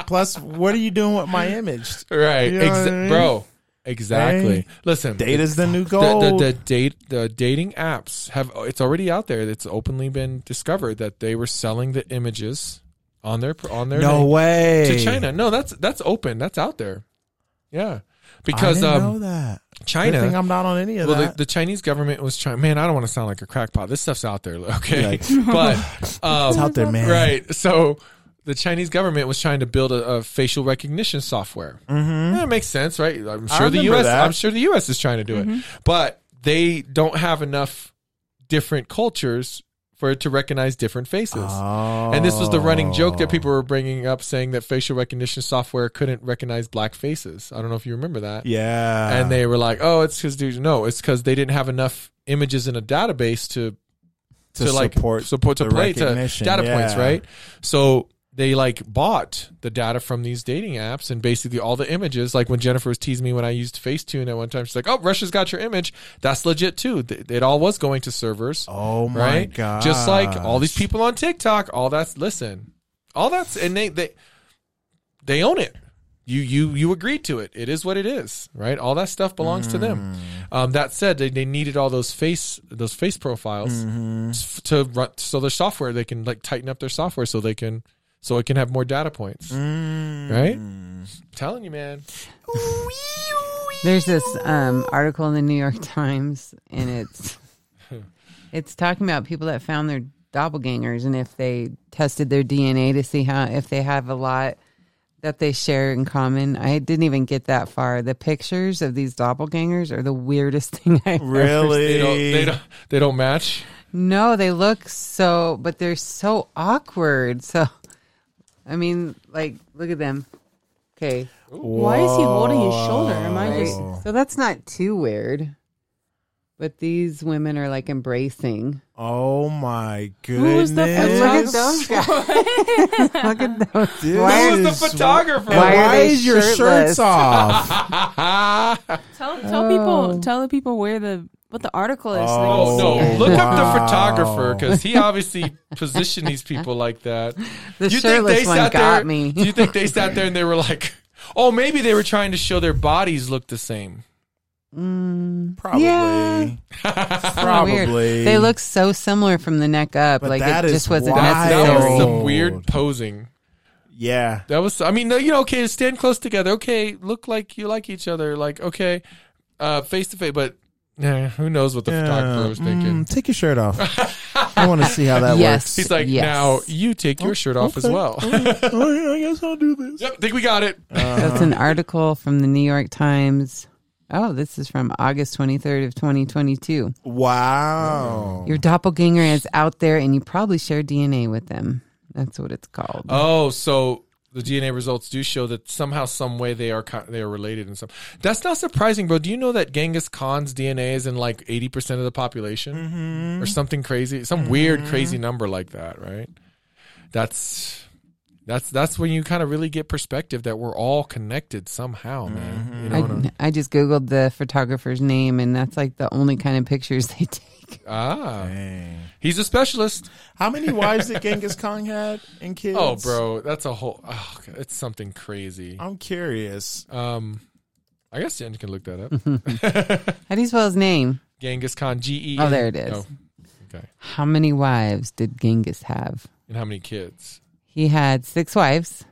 B: Plus, what are you doing with my image?
A: right.
B: You know what I
A: Exa-
B: mean?
A: bro, exactly.
B: Hey.
A: Listen,
B: Data's the new
A: the,
B: gold.
A: the, the date the dating apps have it's already out there. It's openly been discovered that they were selling the images on their on their
B: no
A: name
B: way
A: to China. No, that's that's open. That's out there. Yeah,
B: Because
A: because
B: I didn't know
A: um,
B: that. Good thing
A: China.
B: I'm not on any of
A: Well, the,
B: that.
A: the Chinese government was trying. Man, I don't want to sound like a crackpot. This stuff's out there, [LAUGHS] okay?
B: Yikes. [LAUGHS]
A: but
B: it's
A: um,
B: out there, man.
A: Right. So the Chinese government was trying to build a, a facial recognition software. Mm-hmm. That makes sense, right? I'm
B: I
A: sure the
B: remember
A: U.S.
B: that. Mm-hmm.
A: I'm sure the U.S. is trying to do it, but they don't have enough different cultures for it to recognize different faces.
B: Oh.
A: And this was the running joke that people were bringing up, saying that facial recognition software couldn't recognize black faces. I don't know if you remember that.
B: Yeah.
A: And they were like, "Oh, it's because dude, no, it's because they didn't have enough images in a database to to, like support, to
B: the
A: play to
B: recognition,
A: data points,
B: yeah.
A: right? So they like bought the data from these dating apps and basically all the images. Like when Jennifer was teasing me when I used Facetune at one time, she's like, "Oh, Russia's got your image. That's legit too." Th- It all was going to servers,
B: Oh my
A: right?
B: god!
A: Just like all these people on TikTok, all that's listen, all that's and they they they own it. You you you agreed to it. It is what it is, right? All that stuff belongs to them. Um, that said, they, they needed all those face those face profiles s- to run so their software they can like tighten up their software so they can so it can have more data points right telling you man
C: There's this um, article in the New York [LAUGHS] Times, and it's it's talking about people that found their doppelgangers, and if they tested their DNA to see how if they have a lot that they share in common. I didn't even get that far. The pictures of these doppelgangers are the weirdest [LAUGHS] thing I've ever
B: Really?
A: they don't they don't they don't match
C: No, they look so, but they're so awkward. So, I mean, like, look at them. Okay.
D: Why is he holding his shoulder? Am I
C: Right?
D: just
C: So that's not too weird. But these women are like embracing.
B: Oh my goodness!
D: Who is the
C: And look at those guys. look at those. Why
A: Who's the
B: This-
A: photographer?
B: And
C: Why are
B: why
C: they
B: is your
C: shirtless?
B: shirts
C: [LAUGHS]
B: off?
A: Ah.
D: tell
C: Oh.
D: tell people tell the people where the what the article is? so they can
A: oh
D: see
A: no
D: it.
A: look up
B: Wow.
A: the photographer because he obviously positioned these people like that
C: The shirtless one
A: there
C: got me.
A: do you think they sat there and
C: [LAUGHS]
A: they were like oh maybe they were trying to show their bodies look the same
B: Probably.
C: Yeah. [LAUGHS] Kinda
B: Probably.
C: weird. They look so similar from the neck up.
B: But
C: like
B: that
C: it
B: is
C: just wasn't
B: wild.
A: that was
C: necessary.
A: some weird posing
B: Yeah.
A: That was, I mean, no, you know, okay, stand close together. Okay, look like you like each other. Like, okay, uh, face to face, but eh, who knows what the photographer was thinking.
B: Mm, take your
A: [LAUGHS]
B: shirt off. I want to see how that [LAUGHS]
C: Yes.
A: He's like,
C: Yes.
A: now you take your shirt off as well. [LAUGHS]
B: works. Oh, I guess I'll do this. Uh,
A: yep, think we got it.
C: That's an article from the New York Times. Oh, this is from August 23rd of 2022.
B: Wow.
C: Your doppelganger is out there and you probably share DNA with them. That's what it's called.
A: Oh, so the DNA results do show that somehow, some way, they are co- they are related in some. That's not surprising, bro. Do you know that Genghis Khan's DNA is in like eighty percent of the population, or something crazy, some weird, crazy number like that, right? That's that's that's when you kind of really get perspective that we're all connected somehow, man. You know what I'm-
C: I, I just Googled the photographer's name and that's like the only kind of pictures [LAUGHS] they take.
A: ah,
B: Dang.
A: he's a specialist.
B: How many wives did Genghis Khan had and kids?
A: Oh, bro, that's a whole. Oh, God, it's something crazy.
C: Oh.
B: I'm curious.
A: Um, I guess Jen can look that
C: [LAUGHS]
A: up.
C: How do you spell his name?
A: Genghis Khan, G E.
C: Oh, there it is.
A: Oh, okay.
C: How many wives did Genghis have?
A: And how many kids?
C: He had six wives.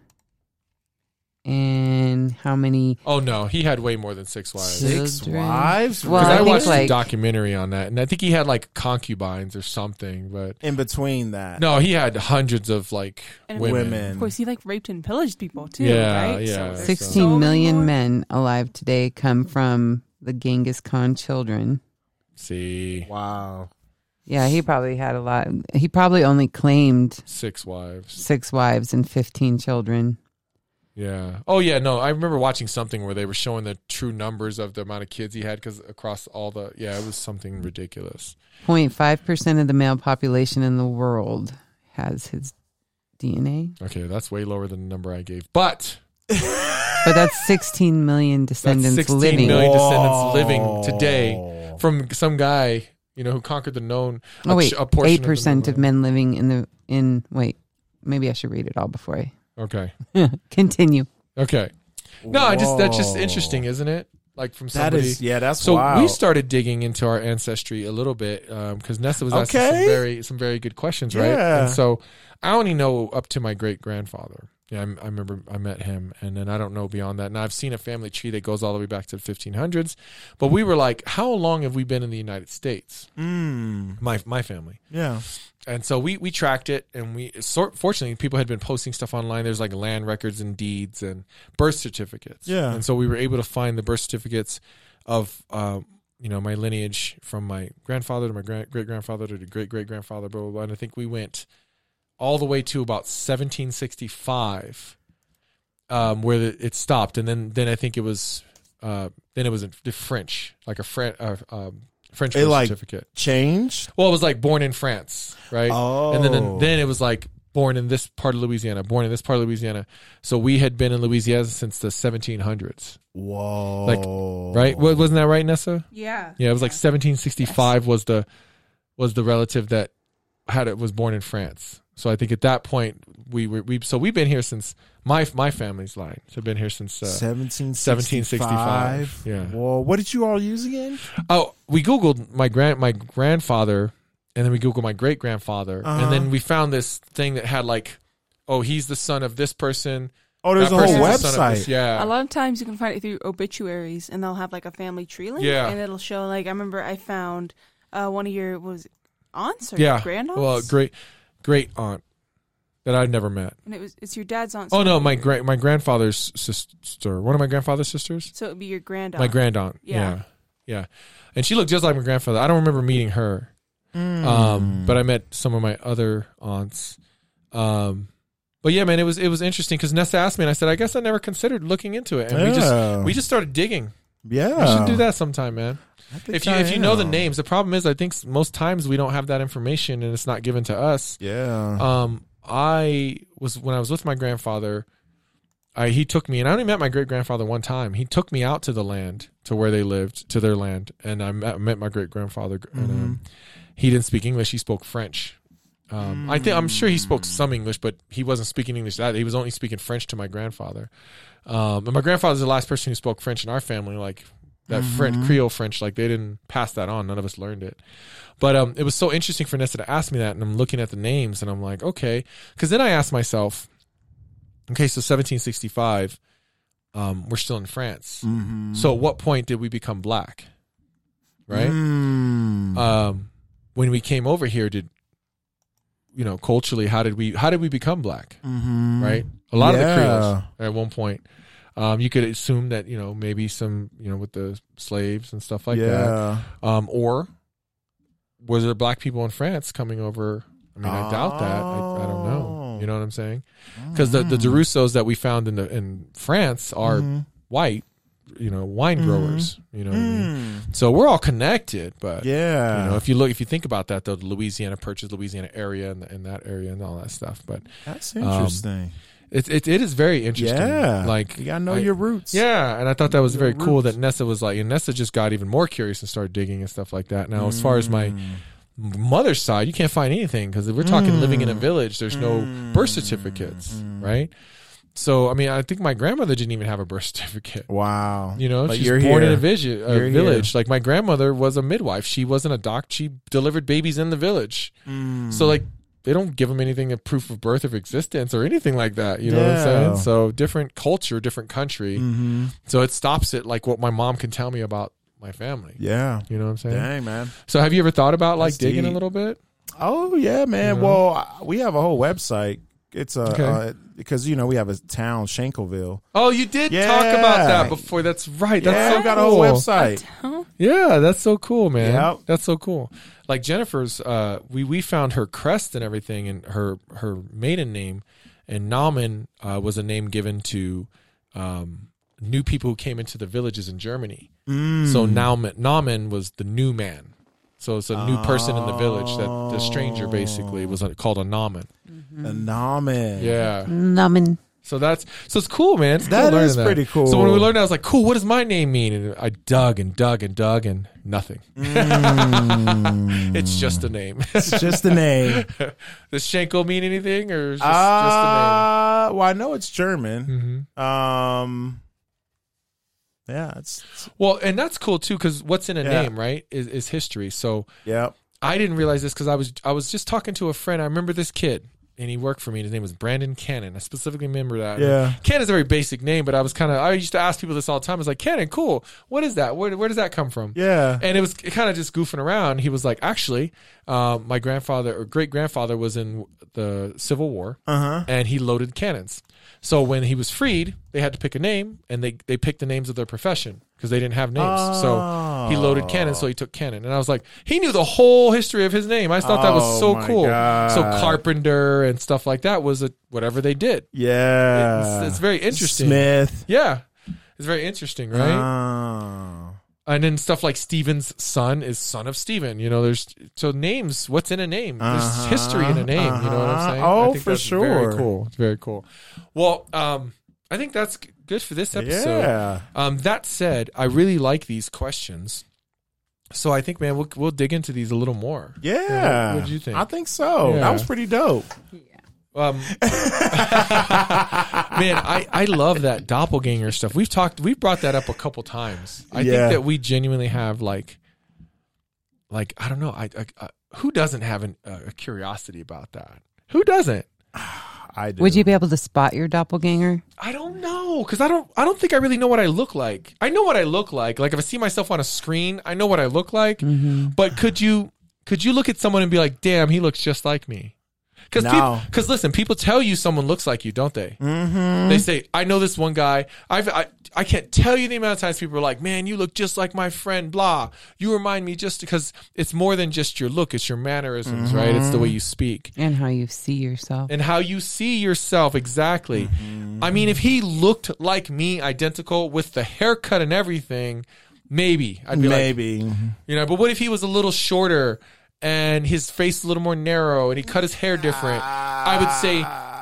C: And how many?
A: Oh no, he had way more than six wives.
B: Six
C: Children.
B: wives?
C: Well,
A: Because
C: I
A: I,
C: think,
A: watched
C: like-
A: a documentary on that, and I think he had like concubines or something. But
B: in between that.
A: no, he had hundreds of like
D: And
A: women.
B: women.
D: Of course, he like raped and pillaged people too,
A: Yeah,
D: right?
A: yeah.
D: there's so
C: 16
D: many
C: million
D: more.
C: men alive today come from the Genghis Khan children.
A: See,
B: Wow.
C: Yeah, he probably had a lot. He probably only claimed
A: six wives.
C: six wives and 15 children.
A: Yeah. Oh yeah. No, I remember watching something where they were showing the true numbers of the amount of kids he had because across all the yeah, it was something ridiculous.
C: 0.5% of the male population in the world has his DNA.
A: Okay, that's way lower than the number I gave, but
C: But that's 16 million
A: That's
C: descendants
A: 16
C: living.
A: million
B: Whoa.
A: descendants living today from some guy, you know, who conquered the known.
C: Oh wait,
A: ch- portion
C: eight percent
A: the
C: of men living in the in wait, maybe I should read it all before I [LAUGHS]
A: Okay,
C: continue.
A: okay. No, I just that's just
B: Whoa.
A: interesting, isn't it? Like from
B: That
A: somebody.
B: is, yeah, that's
A: so
B: wild.
A: we started digging into our ancestry a little bit because Nessa was asking
B: Okay.
A: some very some very good questions, right?
B: Yeah.
A: And so I only know up to my great grandfather. Yeah, I, I remember I met him, and then I don't know beyond that. And I've seen a family tree that goes all the way back to the 1500s. But we were like, how long have we been in the United States?
B: Mm,
A: my my family.
B: yeah.
A: And so we we tracked it, and we sort fortunately people had been posting stuff online. There's like land records and deeds and birth certificates.
B: Yeah.
A: and so we were able to find the birth certificates of um, you know my lineage from my grandfather to my grand, great grandfather to the great great grandfather, blah blah blah. And I think we went all the way to about 1765, um, where the, it stopped, and then then I think it was uh, then it was in the French, like a Fran- uh, um, French
B: It,
A: birth
B: like-
A: certificate.
B: Change.
A: Well, it was like born in France, right?
B: Oh.
A: And then and then it was like born in this part of Louisiana, born in this part of Louisiana. So we had been in Louisiana since the 1700s,
B: Whoa. Oh.
A: right? Wa- Wasn't that right, Nessa?
D: Yeah.
A: Yeah, it was like 1765 was the was the relative that had it was born in France. So I think at that point we were we so we've been here since my my family's line. So I've been here since uh,
B: 1765.
A: Yeah.
B: Whoa. What did you all use again?
A: Oh, we googled my grand my grandfather, and then we googled my great grandfather,
B: Uh-huh.
A: and then we found this thing that had like, oh, he's the son of this person.
B: Oh, there's
A: that
B: a whole
A: person's the son of this-
B: website.
A: Yeah.
D: A lot of times you can find it through obituaries, and they'll have like a family tree link,
A: Yeah.
D: and it'll show like I remember I found uh, one of your what was it, aunts or
A: yeah.
D: granddaughters.
A: Well, great, great aunt that I've never met.
D: and it was it's your dad's aunt.
A: Oh no, my great my grandfather's sister, one of my grandfather's sisters,
D: So it would be your granddaughter.
A: my grand aunt.
D: Yeah.
A: yeah, yeah, and she looked just like my grandfather. I don't remember meeting her.
B: Hmm.
A: um, but I met some of my other aunts. Um, but yeah, man, it was it was interesting because Nessa asked me, and I said, I guess I never considered looking into it, and we
B: Yeah.
A: just we just started digging.
B: yeah,
A: We should do that sometime, man.
B: I think
A: If you
B: I
A: if you know the
B: am.
A: names, the problem is I think s- most times we don't have that information and it's not given to us.
B: Yeah.
A: Um, I was when I was with my grandfather. I, he took me, and I only met my great grandfather one time. He took me out to the land, to where they lived, to their land, and I met, met my great grandfather. And um, he didn't speak English; he spoke French. Um, I think I'm sure he spoke some English, but he wasn't speaking English. That he was only speaking French to my grandfather. Um, and my grandfather's the last person who spoke French in our family, like that French Creole French. Like they didn't pass that on; none of us learned it. But um, it was so interesting for Nessa to ask me that, and I'm looking at the names, and I'm like, okay, because then I asked myself, okay, so 1765, um, we're still in France.
B: Mhm.
A: So at what point did we become black? Right?
B: Mm.
A: Um, when we came over here, did you know culturally how did we how did we become black?
B: Mhm.
A: Right? A lot of the
B: Yeah.
A: Creoles at one point. Um, you could assume that you know maybe some you know with the slaves and stuff like
B: yeah.
A: that. Um, or was there black people in France coming over? I mean, I doubt that. I, I don't know.
B: Oh. Mm.
A: You know what I'm saying? Because the
B: Mm-hmm.
A: the Derussos that we found in the in France are
B: Mhm.
A: white, you know, wine
B: Mhm.
A: growers. You know, what I mean?
B: Mm.
A: so we're all connected. But
B: Yeah.
A: you know, um, if you look, if you think about that, though, the Louisiana Purchase, Louisiana area, and, and that area, and all that stuff. But
B: That's interesting.
A: it it, it is very interesting.
B: yeah.
A: like
B: you gotta know
A: I-
B: your roots.
A: yeah, and I thought that was
B: Your
A: very cool
B: roots.
A: that Nessa was like, and Nessa just got even more curious and started digging and stuff like that. Now, as far as my
B: Mm.
A: mother's side, you can't find anything because we're talking living
B: Mm.
A: in a village. There's no birth certificates, right? So, I mean, I think my grandmother didn't even have a birth [LAUGHS] certificate.
B: Wow.
A: You know,
B: But
A: she's
B: you're
A: born in
B: here.
A: a, vision, a
B: You're here.
A: village. Like my grandmother was a midwife. She wasn't a doc. She delivered babies in the village.
B: Mm.
A: So like they don't give them anything a proof of birth of existence or anything like that. You know what I'm
B: Yeah.
A: saying? So different culture, different country.
B: Mm-hmm.
A: So it stops at like what my mom can tell me about my family.
B: Yeah.
A: You know what I'm saying?
B: Dang, man.
A: So have you ever thought about like
B: That's
A: digging a
B: deep.
A: little bit?
B: Oh yeah, man.
A: Yeah.
B: Well, I- we have a whole website. It's a
A: Okay.
B: uh, because you know we have a town Shankleville.
A: Oh, you did
B: Yeah.
A: talk about that before. That's right. That's
B: yeah,
A: so cool.
B: we got a whole website.
D: Huh?
A: Yeah, that's so cool, man.
B: Yep.
A: That's so cool. Like Jennifer's, uh, we we found her crest and everything, and her her maiden name, and Namen uh, was a name given to um, new people who came into the villages in Germany.
B: Mm.
A: So Naumann, Naumann was the new man. So it's a new person in the village that the stranger basically was uh, called a Naumann.
B: A Namen.
A: Yeah.
C: Numbin.
A: So that's so it's cool, man. It's cool
B: That
A: learning
B: is pretty cool.
A: So when we learned, that, I was like, "Cool, what does my name mean?" And I dug and dug and dug and nothing. [LAUGHS]
B: Mm.
A: it's just a name.
B: It's just the
A: [LAUGHS]
B: name.
A: does Shenko mean anything, or is just,
B: uh, well, I know it's German.
A: just a name? hmm
B: Um, yeah, it's,
A: Well, and that's cool too, because what's in a
B: Yeah.
A: name, right, is, is history. So
B: yeah.
A: I didn't realize this because I was I was just talking to a friend. I remember this kid, and he worked for me. and His name was Brandon Cannon. I specifically remember that.
B: Yeah.
A: Cannon's a very basic name, but I was kind of I used to ask people this all the time. I was like, Cannon, cool. What is that? Where where does that come from?
B: Yeah.
A: and it was kind of just goofing around. He was like, actually, um, my grandfather or great grandfather was in the Civil War,
B: Uh-huh.
A: and he loaded cannons. So when he was freed, they had to pick a name, and they they picked the names of their profession because they didn't have names. So he
B: Oh.
A: loaded cannons, so he took cannon. And I was like, he knew the whole history of his name. I just thought that was
B: Oh,
A: so
B: my
A: cool. So
B: God.
A: carpenter and stuff like that was a, whatever they did.
B: Yeah.
A: It's, it's very interesting.
B: Uh, Smith.
A: Yeah, it's very interesting, right?
B: Oh.
A: and then stuff like Steven's son is son of Steven. You know, there's so names. What's in a name?
B: Uh-huh,
A: There's history in a name. You know what
B: uh-huh.
A: I'm saying?
B: Oh,
A: I think
B: for
A: that's
B: sure.
A: Very cool. It's very cool. Well, um, I think that's g- good for this episode.
B: Yeah.
A: Um, that said, I really like these questions. So I think, man, we'll we'll dig into these a little more.
B: Yeah.
A: What do you think?
B: I think so.
A: Yeah.
B: That was pretty dope.
A: Um, [LAUGHS] man, I, I love that doppelganger stuff. We've talked, we've brought that up a couple times. I
B: Yeah.
A: think that we genuinely have like, like I don't know, I, I, I who doesn't have an, uh, a curiosity about that? Who doesn't?
B: I do.
C: Would you be able to spot your doppelganger?
A: I don't know because I don't I don't think I really know what I look like. I know what I look like. Like if I see myself on a screen, I know what I look like. But could you could you look at someone and be like, "Damn, he looks just like me"? Because
B: No.
A: because listen, people tell you someone looks like you, don't they? Mm-hmm. They say, "I know this one guy." I've I, I can't tell you the amount of times people are like, "Man, you look just like my friend." Blah, you remind me just because it's more than just your look; it's your mannerisms, right? It's the way you speak
C: And how you see yourself.
A: and how you see yourself exactly. I mean, if he looked like me, identical with the haircut and everything, maybe I'd be like,
B: Maybe.
A: you know. But what if he was a little shorter and his face a little more narrow and he cut his hair different? I would say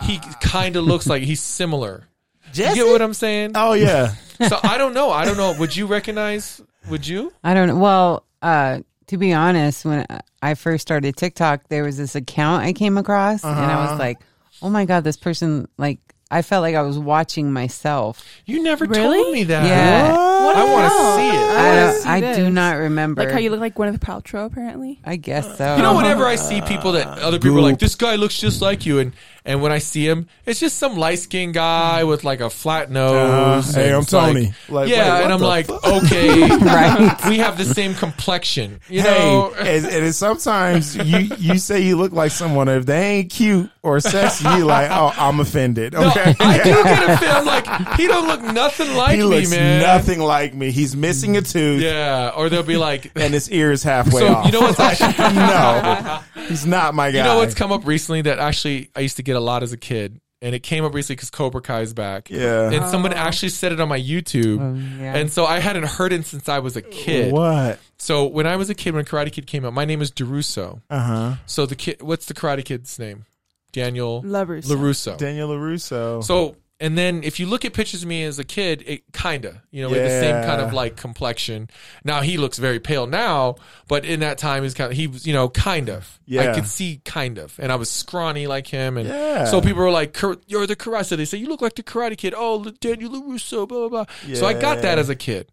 A: he kind of looks like he's similar. You get what I'm saying?
B: oh yeah.
A: So I don't know. I don't know. Would you recognize? Would you?
C: I don't know. Well, uh, to be honest, when I first started TikTok, there was this account I came across, and I was like, "Oh my god, this person!" Like, I felt like I was watching myself.
A: You never
D: Really?
A: told me that.
C: Yeah.
D: What
A: I
D: the
A: want to
D: hell?
A: see it.
D: I
C: I,
D: wanna
C: don't-
D: see
C: I do
D: this.
C: not remember.
D: Like how you look like Gwyneth Paltrow, apparently.
C: I guess so. Um,
A: You know,
B: Uh-huh.
A: whenever I see people that other people are like, this guy looks just like you, and and when I see him, it's just some light skinned guy with like a flat nose.
B: Uh, hey,
A: and
B: I'm
A: it's like-
B: Tony. Like, wait,
A: yeah,
B: what
A: and I'm
B: the
A: like,
B: fuck? [LAUGHS]
A: okay,
C: Right.
A: [LAUGHS] We have the same complexion, you
B: Hey,
A: know. [LAUGHS]
B: and, and it's sometimes you you say you look like someone if they ain't cute or sexy, you like oh I'm offended.
A: No,
B: Okay,
A: I do get a feel. I'm like, he don't look nothing like
B: he
A: me,
B: looks
A: man.
B: nothing like me. He's missing a tooth
A: Yeah, or they'll be
B: [LAUGHS]
A: like,
B: and his ear is halfway
A: So,
B: off. [LAUGHS]
A: you know what's actually-
B: no, he's not my guy.
A: You know what's come up recently that actually I used to get a lot as a kid, and it came up recently because Cobra Kai's back.
B: [LAUGHS] Yeah.
A: and someone actually said it on my YouTube,
C: Oh, yeah.
A: and so I hadn't heard it since I was a kid.
B: What?
A: So when I was a kid, when Karate Kid came out, my name is Deruso.
B: Uh huh.
A: So the kid, what's the Karate Kid's name? Daniel
D: Lovers.
A: Larusso.
B: Daniel Larusso.
A: So and then if you look at pictures of me as a kid, it kinda you know we had the
B: Yeah.
A: same kind of like complexion. Now he looks very pale now, but in that time he's kind of he was you know kind of
B: Yeah.
A: I could see kind of, and I was scrawny like him, and
B: Yeah.
A: so people were like, "Kar- "You're the Karate." So they say you look like the Karate Kid. Oh, the Daniel Larusso, blah blah blah. So I got that
B: Yeah.
A: as a kid.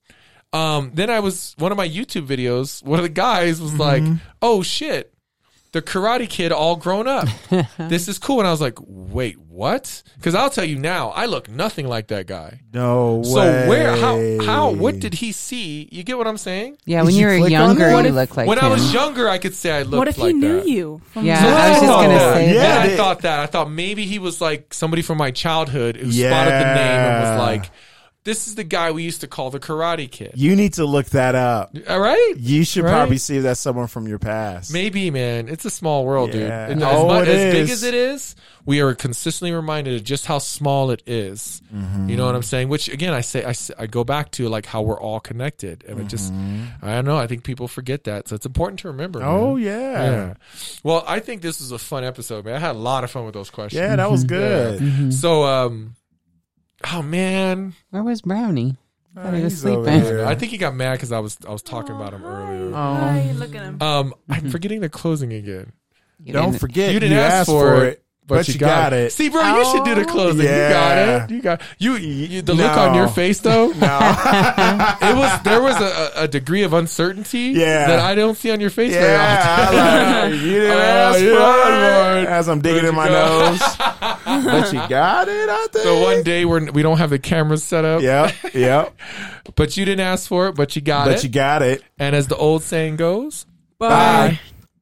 A: Um, then I was one of my YouTube videos. One of the guys
D: Mm-hmm.
A: was like, "Oh shit." the Karate Kid all grown
D: [LAUGHS]
A: up. this is cool. And I was like, wait, what? Because I'll tell you now, I look nothing like that guy.
B: no way.
A: So where, how, how, what did he see? You get what I'm saying?
C: yeah,
B: Did
C: when
B: you
C: you were
B: click on
C: younger,
B: it? What
C: you
B: if-
C: look like
A: when I
C: him.
A: was younger, I could say I looked like
D: What if he knew
A: that.
D: you? From
C: Yeah, I was just
A: thought
C: gonna
A: that.
C: say
A: Then
B: that.
A: I thought that. I thought maybe he was like somebody from my childhood who spotted the
B: Yeah.
A: name and was like, this is the guy we used to call the Karate Kid.
B: You need to look that up.
A: All right?
B: You should
A: Right?
B: probably see if that's someone from your past.
A: Maybe, man. It's a small world,
B: Yeah.
A: dude. And
B: Oh,
A: as, much,
B: it
A: as big
B: is.
A: as it is, we are consistently reminded of just how small it is.
B: Mm-hmm.
A: You know what I'm saying? Which, again, I say I, s- I go back to like how we're all connected, and it just I don't know. I think people forget that, so it's important to remember.
B: Mm-hmm. Oh
A: man.
B: yeah.
A: Yeah.
B: yeah,
A: Well, I think this was a fun episode, man. I had a lot of fun with those questions.
B: that was
A: Yeah.
B: good.
A: So, um, oh man,
C: Where was Brownie? I thought he was
B: Oh, he's over
C: sleeping.
B: there. [LAUGHS] Yeah.
A: I think he got mad because I was I was talking about him earlier.
C: Oh,
D: Hi, look at him.
A: Um, I'm forgetting the closing again.
B: Mm-hmm.
C: you
B: Don't
C: didn't-
B: forget
A: You didn't ask for it,
B: but, you, got, it.
A: See, bro, you should do
C: Oh.
A: the closing.
B: Yeah.
A: You got it. You got you. you the
B: No.
A: look on your face, though.
B: [LAUGHS] No.
A: It was there was a, a- a degree of uncertainty
B: Yeah.
A: that I don't see on your face very
B: yeah,
A: often. [LAUGHS]
B: I like, you didn't
A: Oh,
B: ask
A: you
B: for
A: didn't
B: it.
A: ask for it.
B: As I'm digging
A: But
B: in
A: you
B: my
A: got- [LAUGHS]
B: nose, but you got it. I think.
A: So one day we're we don't have the cameras set up.
B: Yep, yep.
A: But you didn't ask for it, but you got
B: but
A: it.
B: you got it.
A: and as the old saying goes,
D: Bye.